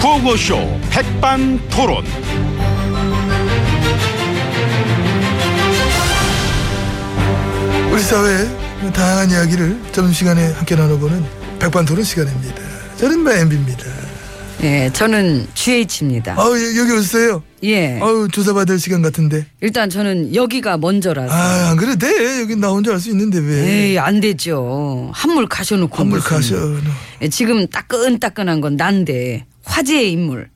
구호쇼 백반토론. 우리 사회의 다양한 이야기를 점심시간에 함께 나눠보는 백반토론 시간입니다. 저는 마엠비입니다. 예, 저는 GH입니다. 아우 예, 여기 오세요. 예. 아우 조사받을 시간 같은데. 일단 저는 여기가 먼저라서. 아, 안 그래도 돼. 여기 나 혼자 알 수 있는데 왜. 에이, 안 되죠. 한물 가셔놓고. 건물 무슨. 가셔. 너. 예, 지금 따끈따끈한 건 난데, 화제의 인물.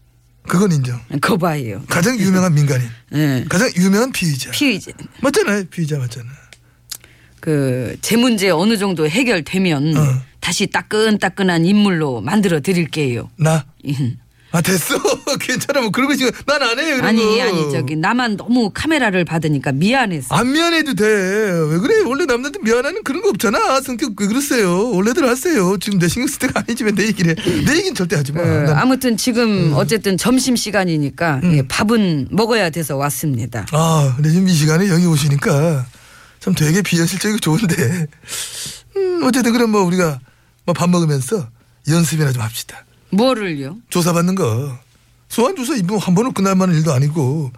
그건 인정. 거봐요. 가장 유명한 민간인. 예. 가장 유명한 피의자. 피의자. 맞잖아요. 피의자 맞잖아. 그, 제 문제 어느 정도 해결되면 어. 다시 따끈따끈한 인물로 만들어 드릴게요. 예. 나. 아 됐어. 괜찮아. 뭐 그러고 지금 난 안 해요. 그런 아니, 거. 아니, 저기, 나만 너무 카메라를 받으니까 미안해서. 안 미안해도 돼. 왜 그래? 원래 남들한테 미안하는 그런 거 없잖아. 성격 왜 그러세요? 원래들 하세요. 지금 내 신경 쓸 때가 아니지. 왜 내 얘기를 해? 내 얘기는 절대 하지 마. 그, 난- 아무튼 음. 지금 어쨌든 점심 시간이니까 예, 밥은 먹어야 돼서 왔습니다. 아, 근데 지금 이 시간에 여기 오시니까 참 되게 비현실적이고 좋은데. 음, 어쨌든 그럼 뭐 우리가 뭐 밥 먹으면서 연습이나 좀 합시다. 뭐를요? 조사받는 거. 소환 조사 이번 한 번으로 끝날 만한 일도 아니고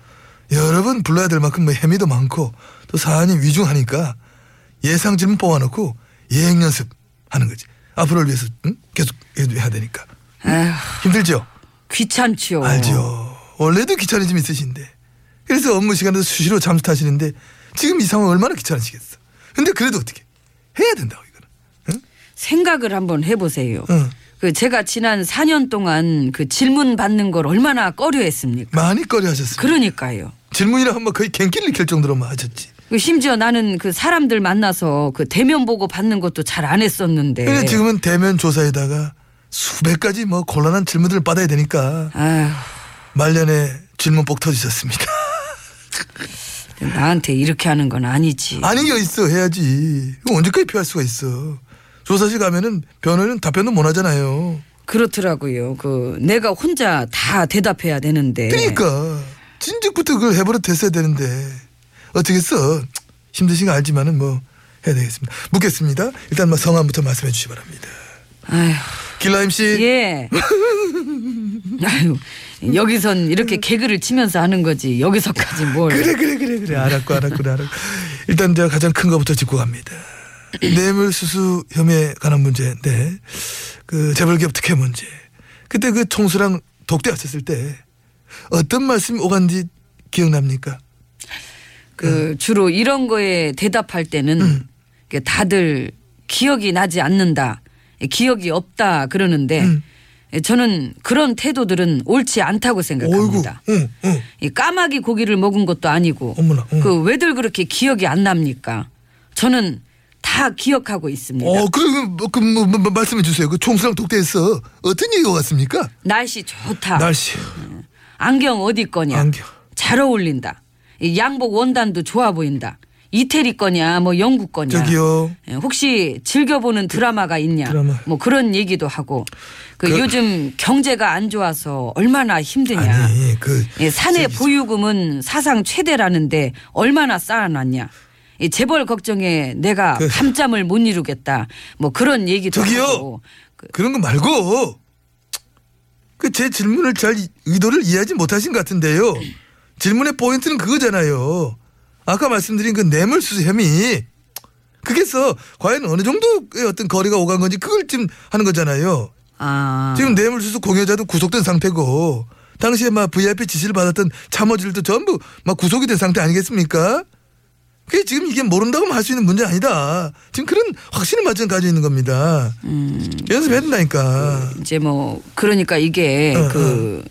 여러 번 불러야 될 만큼 뭐 혐의도 많고 또 사안이 위중하니까 예상 질문 뽑아놓고 예행 연습 하는 거지. 앞으로를 위해서 응? 계속 해야 되니까 아휴, 어. 힘들죠. 귀찮지요. 알죠. 원래도 귀차니즘 있으신데 그래서 업무 시간에도 수시로 잠수 타시는데 지금 이 상황 얼마나 귀찮으시겠어. 근데 그래도 어떻게 해야 된다고 이거는. 생각을 한번 해보세요. 응. 그 제가 지난 4년 동안 그 질문 받는 걸 얼마나 꺼려했습니까? 많이 꺼려하셨어요. 그러니까요. 질문이라 하면 거의 갱기를 킬 정도로 만 하셨지. 그 심지어 나는 그 사람들 만나서 그 대면 보고 받는 것도 잘 안 했었는데. 근데 지금은 대면 조사에다가 수백 가지 뭐 곤란한 질문들을 받아야 되니까 아휴, 말년에 질문복 터지셨습니다. 나한테 이렇게 하는 건 아니지. 아닌 게 있어 해야지. 이거 언제까지 피할 수가 있어. 조사실 가면은 변호는 답변도 못 하잖아요. 그렇더라고요. 그 내가 혼자 다 대답해야 되는데. 그러니까 진즉부터 그걸 해버릇했어야 되는데 어떻겠어. 힘드신 거 알지만은 뭐 해야 되겠습니다. 묻겠습니다. 일단 뭐 성함부터 말씀해 주시 기 바랍니다. 아휴. 길라임 씨. 예. 아유, 여기선 이렇게 개그를 치면서 하는 거지. 여기서까지 뭘. 그래 그래 그래 그래 네, 알았고 알았고 알았고 일단 제가 가장 큰 거부터 짚고 갑니다. 뇌물수수 혐의에 관한 문제인데 그 재벌기업 특혜 문제 그때 그 총수랑 독대하셨을 때 어떤 말씀이 오간지 기억납니까? 그 주로 이런 거에 대답할 때는 음. 이게 다들 기억이 나지 않는다. 기억이 없다 그러는데 예, 음. 저는 그런 태도들은 옳지 않다고 어이구, 생각합니다. 응, 응, 이 까마귀 고기를 먹은 것도 아니고 어머나, 응. 그 왜들 그렇게 기억이 안 납니까? 저는 다 기억하고 있습니다. 어, 그럼 그, 뭐, 뭐, 뭐, 말씀해 주세요. 그 총수랑 독대해서 어떤 얘기가 왔습니까? 날씨 좋다. 날씨, 안경 어디 거냐? 안경. 잘 어울린다. 이 양복 원단도 좋아 보인다. 이태리 거냐, 뭐 영국 거냐. 저기요. 예, 혹시 즐겨보는 드라마가 있냐. 드라마. 뭐 그런 얘기도 하고. 그, 그- 요즘 경제가 안 좋아서 얼마나 힘드냐. 아니 그 예, 사내 보유금은 사상 최대라는데 얼마나 쌓아놨냐. 이 재벌 걱정에 내가 그- 밤잠을 못 이루겠다. 뭐 그런 얘기도 저기요. 하고. 그런 거 말고 그 제 질문을 잘 이- 의도를 이해하지 못하신 것 같은데요. 질문의 포인트는 그거잖아요. 아까 말씀드린 그 뇌물수수 혐의 그게서 과연 어느 정도의 어떤 거리가 오간 건지 그걸 지금 하는 거잖아요. 아. 지금 뇌물수수 공여자도 구속된 상태고 당시에 막 VIP 지시를 받았던 참모질도 전부 막 구속이 된 상태 아니겠습니까? 그게 지금 이게 모른다고 할 수 있는 문제 아니다. 지금 그런 확신을 마저 가지고 있는 음. 겁니다. 연습해야 된다니까. 어, 이제 뭐 그러니까 이게 응, 그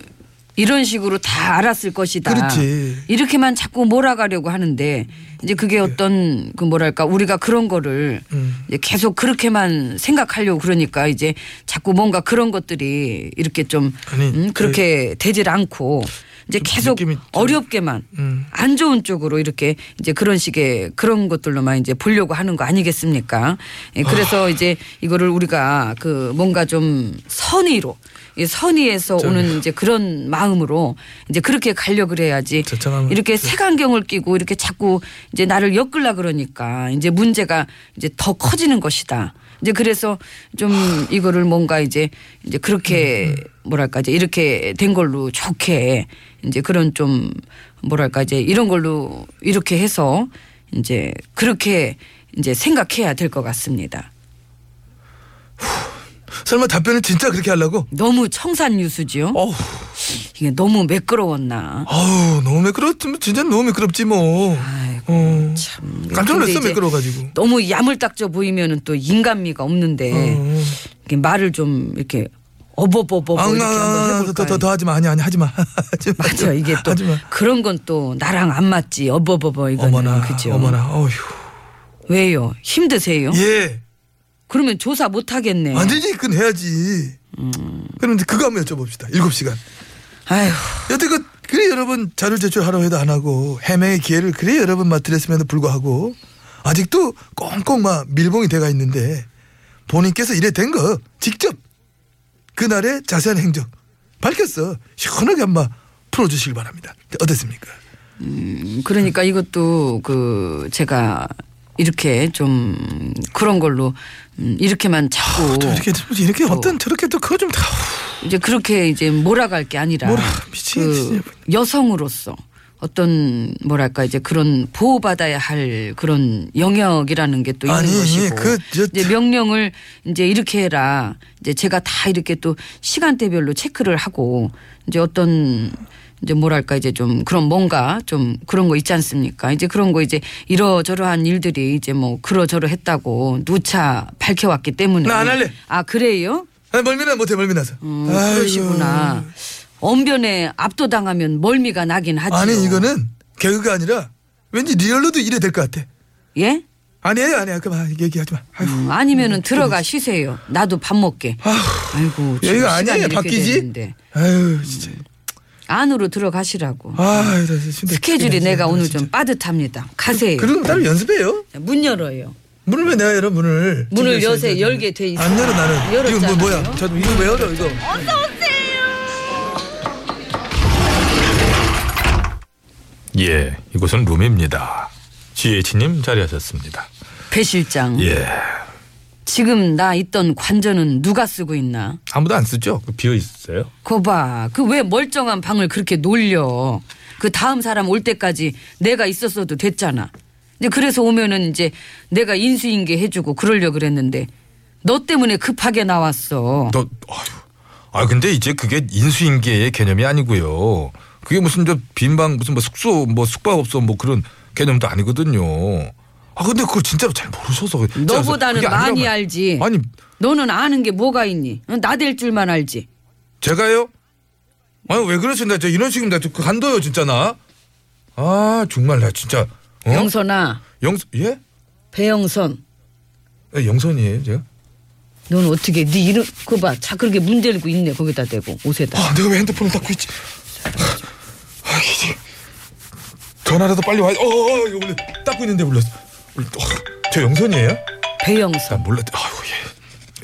이런 식으로 다 알았을 것이다. 그렇지. 예. 이렇게만 자꾸 몰아가려고 하는데 이제 그게 어떤 그 뭐랄까 우리가 그런 거를 음. 이제 계속 그렇게만 생각하려고 그러니까 이제 자꾸 뭔가 그런 것들이 이렇게 좀 아니, 예. 음, 그렇게 되질 않고 이제 좀 계속 느낌이 좀- 어렵게만 음. 안 좋은 쪽으로 이렇게 이제 그런 식의 그런 것들로만 이제 보려고 하는 거 아니겠습니까? 예, 그래서 이제 이거를 우리가 그 뭔가 좀 선의로 이 선의에서 저- 오는 이제 그런 마음으로 이제 그렇게 가려 그래야지 저- 잠깐만. 이렇게 색안경을 끼고 이렇게 자꾸 이제 나를 엮으려 그러니까 이제 문제가 이제 더 커지는 것이다. 이제 그래서 좀 이거를 뭔가 이제 이제 그렇게 뭐랄까 이제 이렇게 된 걸로 좋게 이제 그런 좀 뭐랄까 이제 이런 걸로 이렇게 해서 이제 그렇게 이제 생각해야 될 것 같습니다. 설마 답변을 진짜 그렇게 하려고? 너무 청산유수지요? 어우, 이게 너무 매끄러웠나? 어우 너무 매끄럽지 진짜 너무 매끄럽지 뭐. 아이고, 어. 참. 깜짝 근데 놀랐어 이제 매끄러워가지고. 너무 야물딱져 보이면은 또 인간미가 없는데 어. 이렇게 말을 좀 이렇게 어버버버 아, 뭐 이렇게 한번 아, 해볼까? 더, 더, 더 하지 마. 아니, 아니, 하지 마. 하지 마. 맞아 이게 또 하지 마. 그런 건 또 나랑 안 맞지 어버버버 이거는 어머나, 그죠? 어? 어머나, 어휴. 왜요? 힘드세요? 예. 그러면 조사 못 하겠네. 안 되지, 그건 해야지. 그럼 이제 그거 한번 여쭤봅시다. 일곱 시간. 아휴 여태껏, 그래, 여러분, 자료 제출하라고 해도 안 하고, 해명의 기회를 그래, 여러분 맛들였음에도 불구하고, 아직도 꽁꽁 막 밀봉이 돼가 있는데, 본인께서 이래 된 거, 직접, 그날의 자세한 행적, 밝혔어. 시원하게 한번 풀어주시길 바랍니다. 어땠습니까? 그러니까 이것도 그 제가 이렇게 좀 그런 걸로 음, 이렇게만 자꾸 아, 또 이렇게 또 이렇게 어떤 저렇게 또 그거 좀 다. 이제 그렇게 이제 몰아갈 게 아니라 그 몰아, 미치겠네, 진짜. 여성으로서 어떤 뭐랄까 이제 그런 보호받아야 할 그런 영역이라는 게 또 있는 아니, 것이고 그 저- 이제 명령을 이제 이렇게 해라 이제 제가 다 이렇게 또 시간대별로 체크를 하고 이제 어떤 이제 뭐랄까 이제 좀 그런 뭔가 좀 그런 거 있지 않습니까 이제 그런 거 이제 이러저러한 일들이 이제 뭐 그러저러 했다고 누차 밝혀왔기 때문에 나안 할래. 아 그래요? 아, 멀미나 못해 멀미나서. 음, 아이고. 그러시구나. 언변에 압도당하면 멀미가 나긴 하지. 아니 이거는 개그가 아니라 왠지 리얼로도 이래 될 것 같아. 예? 아니에요 아니야 그만 얘기하지 마. 아이고. 음, 아니면은 들어가 쉬세요. 나도 밥 먹게. 아이고. 지금 여기가 시간이 아니에요 이렇게 바뀌지. 됐는데. 아유 진짜. 안으로 들어가시라고. 아유 나 진짜 힘들어 스케줄이 죽겠네, 내가 진짜. 오늘 좀 빠듯합니다. 가세요. 그럼 따로 연습해요. 문 열어요. 문을 왜 내가 열어 문을. 문을 집에서 여세 이제. 열게 돼 있어. 안 열어 나는. 이거 뭐, 열었잖아요. 뭐야? 저 이거 왜 열어 이거? 예, 이곳은 룸입니다. GH님 자리하셨습니다. 배 실장. 예, 지금 나 있던 관전은 누가 쓰고 있나? 아무도 안 쓰죠? 그 비어 있어요? 거봐. 그 왜 멀쩡한 방을 그렇게 놀려. 그 다음 사람 올 때까지 내가 있었어도 됐잖아. 근데 그래서 오면은 이제 내가 인수인계 해주고 그러려 그랬는데 너 때문에 급하게 나왔어. 너, 아유, 아 근데 이제 그게 인수인계의 개념이 아니고요. 그게 무슨 저 빈방 무슨 뭐 숙소 뭐 숙박업소 뭐 그런 개념도 아니거든요. 아 근데 그걸 진짜로 잘 모르셔서 너보다는 그게 아니라 많이 말- 알지. 아니 너는 아는 게 뭐가 있니? 나 될 줄만 알지. 제가요? 아니 왜 그러신다? 저 이런 식입니다. 저 간도요 진짜 나. 아 정말 나 진짜. 어? 영선아, 영 예? 배영선. 예, 네, 영선이에요 제가. 넌 어떻게 네 이름 그봐 자 그렇게 문 대고 있네 거기다 대고 옷에다 아, 내가 왜 핸드폰을 닫고 있지? 아, 이게 전화라도 빨리 와야. 어, 어, 이거 원래 닫고 있는데 몰랐어. 어, 저 영선이에요? 나 배영선 몰랐대. 아유,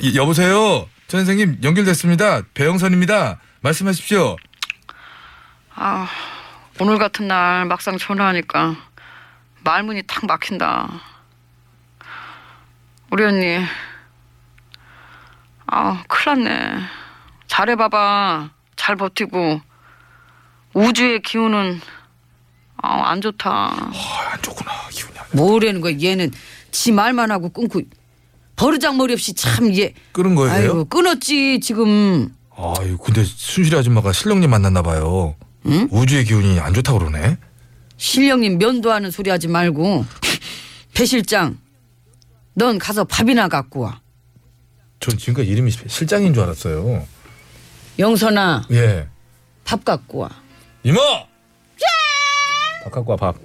예. 이- 여보세요, 전 선생님 연결됐습니다. 배영선입니다. 말씀하십시오. 아, 오늘 같은 날 막상 전화하니까 말문이 탁 막힌다. 우리 언니, 아, 큰일 났네. 잘해봐봐. 잘 버티고. 우주의 기운은, 아, 안 좋다. 아, 안 좋구나 기운이. 안 좋아. 뭐라는 거야 얘는 지 말만 하고 끊고 버르장머리 없이 참얘 끊은 거예요? 아이고 끊었지 지금 아유, 근데 순실이 아줌마가 신령님 만났나 봐요. 우주의 기운이 안 좋다 고 그러네. 신령님 면도하는 소리 하지 말고 배 실장 넌 가서 밥이나 갖고 와 전 지금까지 이름이 실장인 줄 알았어요. 영선아 예. 밥 갖고 와. 이모! 밥 갖고 와, 밥.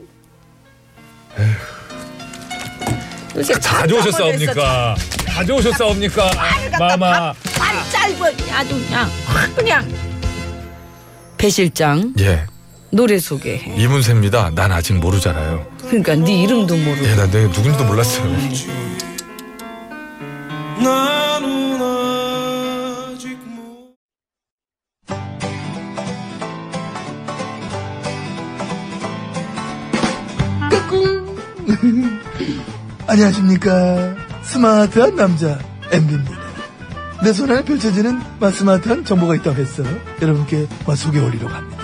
요새 다 좋으셨사옵니까? 다 좋으셨사옵니까? 마마. 말 짧은 아주 그냥 확 그냥. 배 실장 예, 노래 소개해. 이문세입니다. 난 아직 모르잖아요. 그러니까 네 이름도 모르고. 예, 난 내가 누군지도 몰랐어요. 안녕하십니까 스마트한 남자 MB입니다 내 손안에 펼쳐지는 마, 스마트한 정보가 있다고 해서 여러분께 마, 소개해드리려고 합니다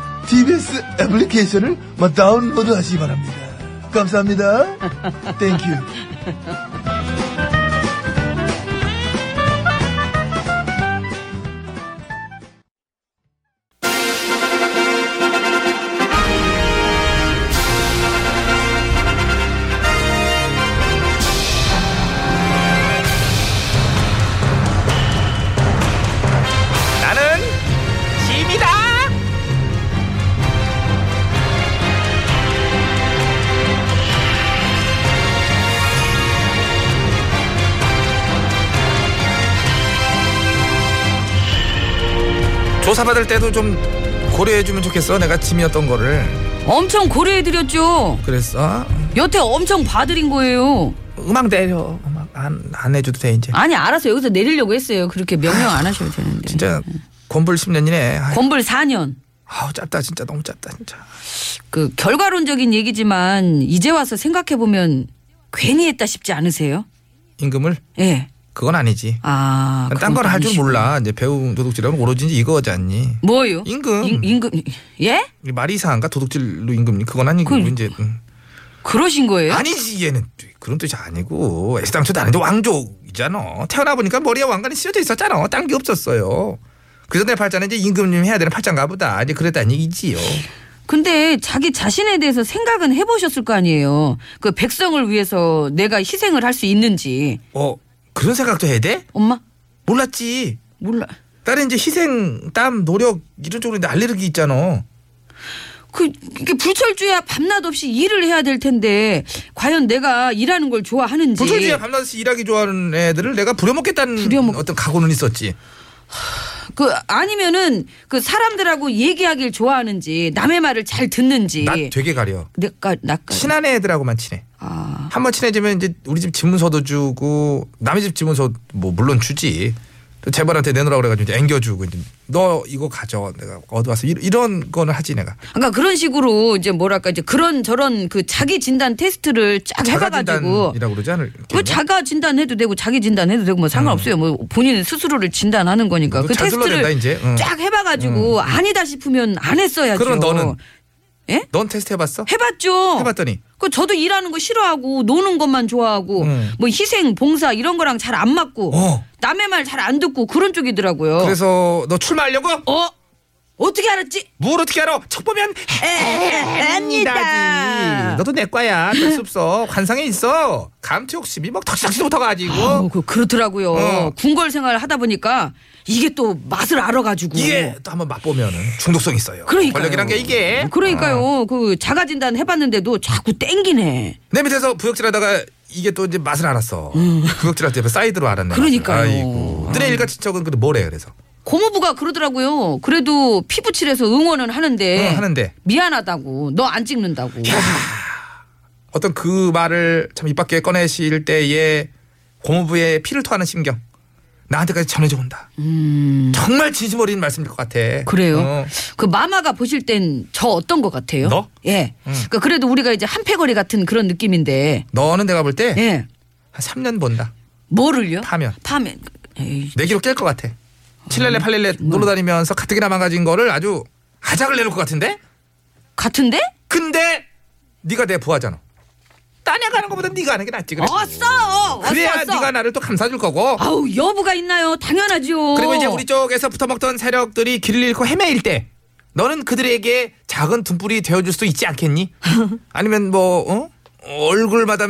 TBS 애플리케이션을 마, 다운로드 하시기 바랍니다 감사합니다 땡큐 나는 짐이다. 조사받을 때도 좀 고려해주면 좋겠어. 내가 짐이었던 거를. 엄청 고려해드렸죠. 그랬어. 여태 엄청 봐드린 거예요. 음악 내려. 음악 안, 안 해줘도 돼, 이제. 아니 알아서 여기서 내리려고 했어요. 그렇게 명령 안 하셔도 되는데. 진짜 건불 10년이네. 건불 4년. 아우, 짧다. 진짜 너무 짧다, 진짜. 그 결과론적인 얘기지만 이제 와서 생각해 보면 괜히 했다 싶지 않으세요? 임금을? 예. 그건 아니지. 아. 딴 걸 할 줄 몰라. 이제 배우 도둑질하면 오로지 이제 이거지 않니? 뭐요? 임금. 임- 임금 예? 이게 말이 이상한가? 도둑질로 임금님 그건 아니고 그- 이제 음. 그러신 거예요? 아니지 얘는 그런 뜻이 아니고 애시당초도 아닌데 왕족이잖아. 태어나 보니까 머리에 왕관이 씌워져 있었잖아. 딴 게 없었어요. 그래서 내 팔자는 이제 임금님 해야 되는 팔자인가 보다. 이제 그랬다는 얘기지요. 근데 자기 자신에 대해서 생각은 해 보셨을 거 아니에요. 그 백성을 위해서 내가 희생을 할 수 있는지. 어 그런 생각도 해야 돼? 엄마? 몰랐지. 몰라. 딸은 이제 희생, 땀, 노력 이런 쪽으로 이제 알레르기 있잖아. 그 이게 불철주야 밤낮 없이 일을 해야 될 텐데 과연 내가 일하는 걸 좋아하는지 불철주야 밤낮이 일하기 좋아하는 애들을 내가 부려먹겠다는 부려먹- 어떤 각오는 있었지. 그 아니면은 그 사람들하고 얘기하길 좋아하는지 남의 말을 잘 듣는지 나 되게 가려. 내가 나까 친한 애들하고만 친해. 아 한 번 친해지면 이제 우리 집 집문서도 주고 남의 집 집문서 뭐 물론 주지. 또 재벌한테 내놓으라고 그래가지고 이제 앵겨주고 이제 너 이거 가져 내가 얻어와서 이- 이런 거는 하지 내가 그러니까 그런 식으로 이제 뭐랄까 이제 그런 저런 그 자기 진단 테스트를 쫙 해봐가지고 자가진단이라고 그러지 않을 그 자가 진단해도 되고 자기 진단해도 되고 뭐 상관없어요 음. 뭐 본인 스스로를 진단하는 거니까 그 잘 둘러댄다 테스트를 뭐 이제 응. 쫙 해봐가지고 아니다 싶으면 안 했어야죠. 그럼 너는 예? 넌 테스트 해봤어? 해봤죠. 해봤더니 그 저도 일하는 거 싫어하고 노는 것만 좋아하고 음. 뭐 희생 봉사 이런 거랑 잘 안 맞고 어. 남의 말 잘 안 듣고 그런 쪽이더라고요. 그래서 너 출마하려고? 어 어떻게 알았지? 뭘 어떻게 알아? 척 보면 아니다. 너도 내 과야 뜰수 없어 관상에 있어 감투 욕심이 막 턱시턱시 붙어가지고 어, 그 그렇더라고요. 어. 궁궐 생활을 하다 보니까 이게 또 맛을 알아가지고 이게 또 한번 맛보면 중독성 있어요 음. 그러니까요. 권력이란 게 이게 어, 그러니까요. 그 자가 진단 해봤는데도 자꾸 땡기네. 내 밑에서 부역질하다가 이게 또 이제 맛을 알았어. 부역질할 때 사이드로 알았네. 음. 그러니까요. 맛을. 아이고. 뜨네 일가 친척은 근데 뭐래 그래서 고모부가 그러더라고요. 그래도 피부칠해서 응원은 하는데 응, 어, 하는데 미안하다고 너 안 찍는다고. 어떤 그 말을 참 입 밖에 꺼내실 때에 고모부의 피를 토하는 심경 나한테까지 전해져 온다. 정말 진심 어린 말씀일 것 같아. 음. 그래요? 어. 그 마마가 보실 땐 저 어떤 것 같아요? 너? 예. 그러니까 그래도 우리가 이제 한패거리 같은 그런 느낌인데. 너는 내가 볼 때 한 예. 3년 본다. 뭐를요? 파면. 파면. 에이, 내기로 깰 것 같아. 칠렐레 팔렐레 놀러 다니면서 가뜩이나 망가진 거를 아주 하작을 내놓을 것 같은데? 같은데? 네. 근데 네가 내 부하잖아. 딴 애가 하는 것보다 네가 하는 게 낫지 그래. 왔어! 왔어! 그래야 왔어! 네가 나를 또 감싸줄 거고. 아우, 여부가 있나요? 당연하죠. 그리고 이제 우리 쪽에서 붙어먹던 세력들이 길을 잃고 헤매일 때 너는 그들에게 작은 등불이 되어줄 수도 있지 않겠니? 아니면 뭐 어? 얼굴마다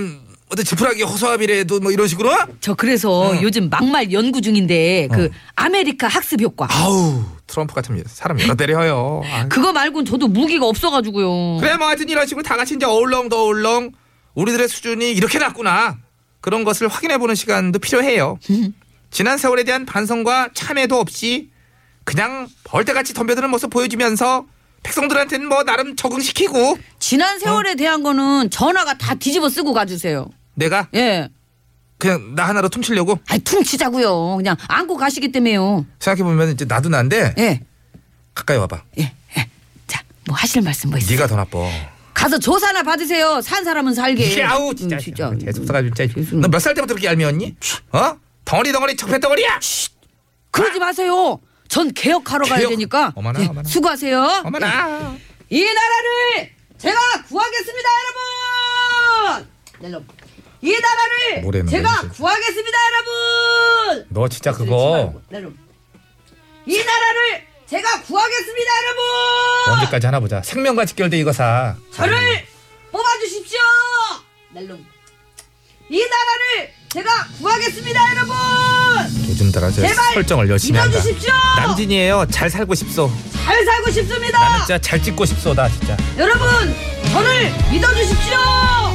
어떤 지푸라기 허수아비라도 뭐 이런 식으로? 저 그래서 요즘 막말 연구 중인데 그 아메리카 학습 효과. 어. 아우 트럼프 같은 사람 여러 때려요. 아유. 그거 말고는 저도 무기가 없어가지고요. 그래 뭐 하여튼 이런 식으로 다 같이 이제 어울렁 더울렁 우리들의 수준이 이렇게 낮구나 그런 것을 확인해보는 시간도 필요해요 지난 세월에 대한 반성과 참회도 없이 그냥 벌떼같이 덤벼드는 모습 보여주면서 백성들한테는 뭐 나름 적응시키고 지난 어? 세월에 대한 거는 전화가 다 뒤집어 쓰고 가주세요. 내가 예. 그냥 나 하나로 퉁치려고 아이, 퉁치자고요. 그냥 안고 가시기 때문에요. 생각해보면 이제 나도 난데 예. 가까이 와봐 예. 예. 자, 뭐 하실 말씀 뭐 있어요? 네가 더 나빠 가서 조사나 받으세요. 산 사람은 살게. 야우 예, 진짜 음, 진짜. 계속 써가지고 진짜 너 몇 살 때부터 그렇게 얄미웠니? 어? 덩어리 덩어리 적폐덩어리야 그러지 마세요. 전 개혁하러 가야 아! 개혁. 되니까. 예, 어머나, 어머나. 수고하세요. 예. 어머나 이 나라를 제가 구하겠습니다, 여러분. 여러분. 이 나라를 뭐래는 제가 거지? 구하겠습니다, 여러분. 너 진짜 여러분. 뭐, 이 나라를 제가 구하겠습니다, 여러분. 언제까지 하나 보자. 생명과 직결돼 이거 사. 저를 뽑아주십시오. 여러분. 이 나라를 제가 구하겠습니다, 여러분. 요즘 따라 저 제발 설정을 열심히 한다. 믿어주십시오. 남진이에요. 잘 살고 싶소. 잘 살고 싶습니다. 나는 진짜 잘 찍고 싶소. 나 진짜. 여러분, 저를 믿어주십시오.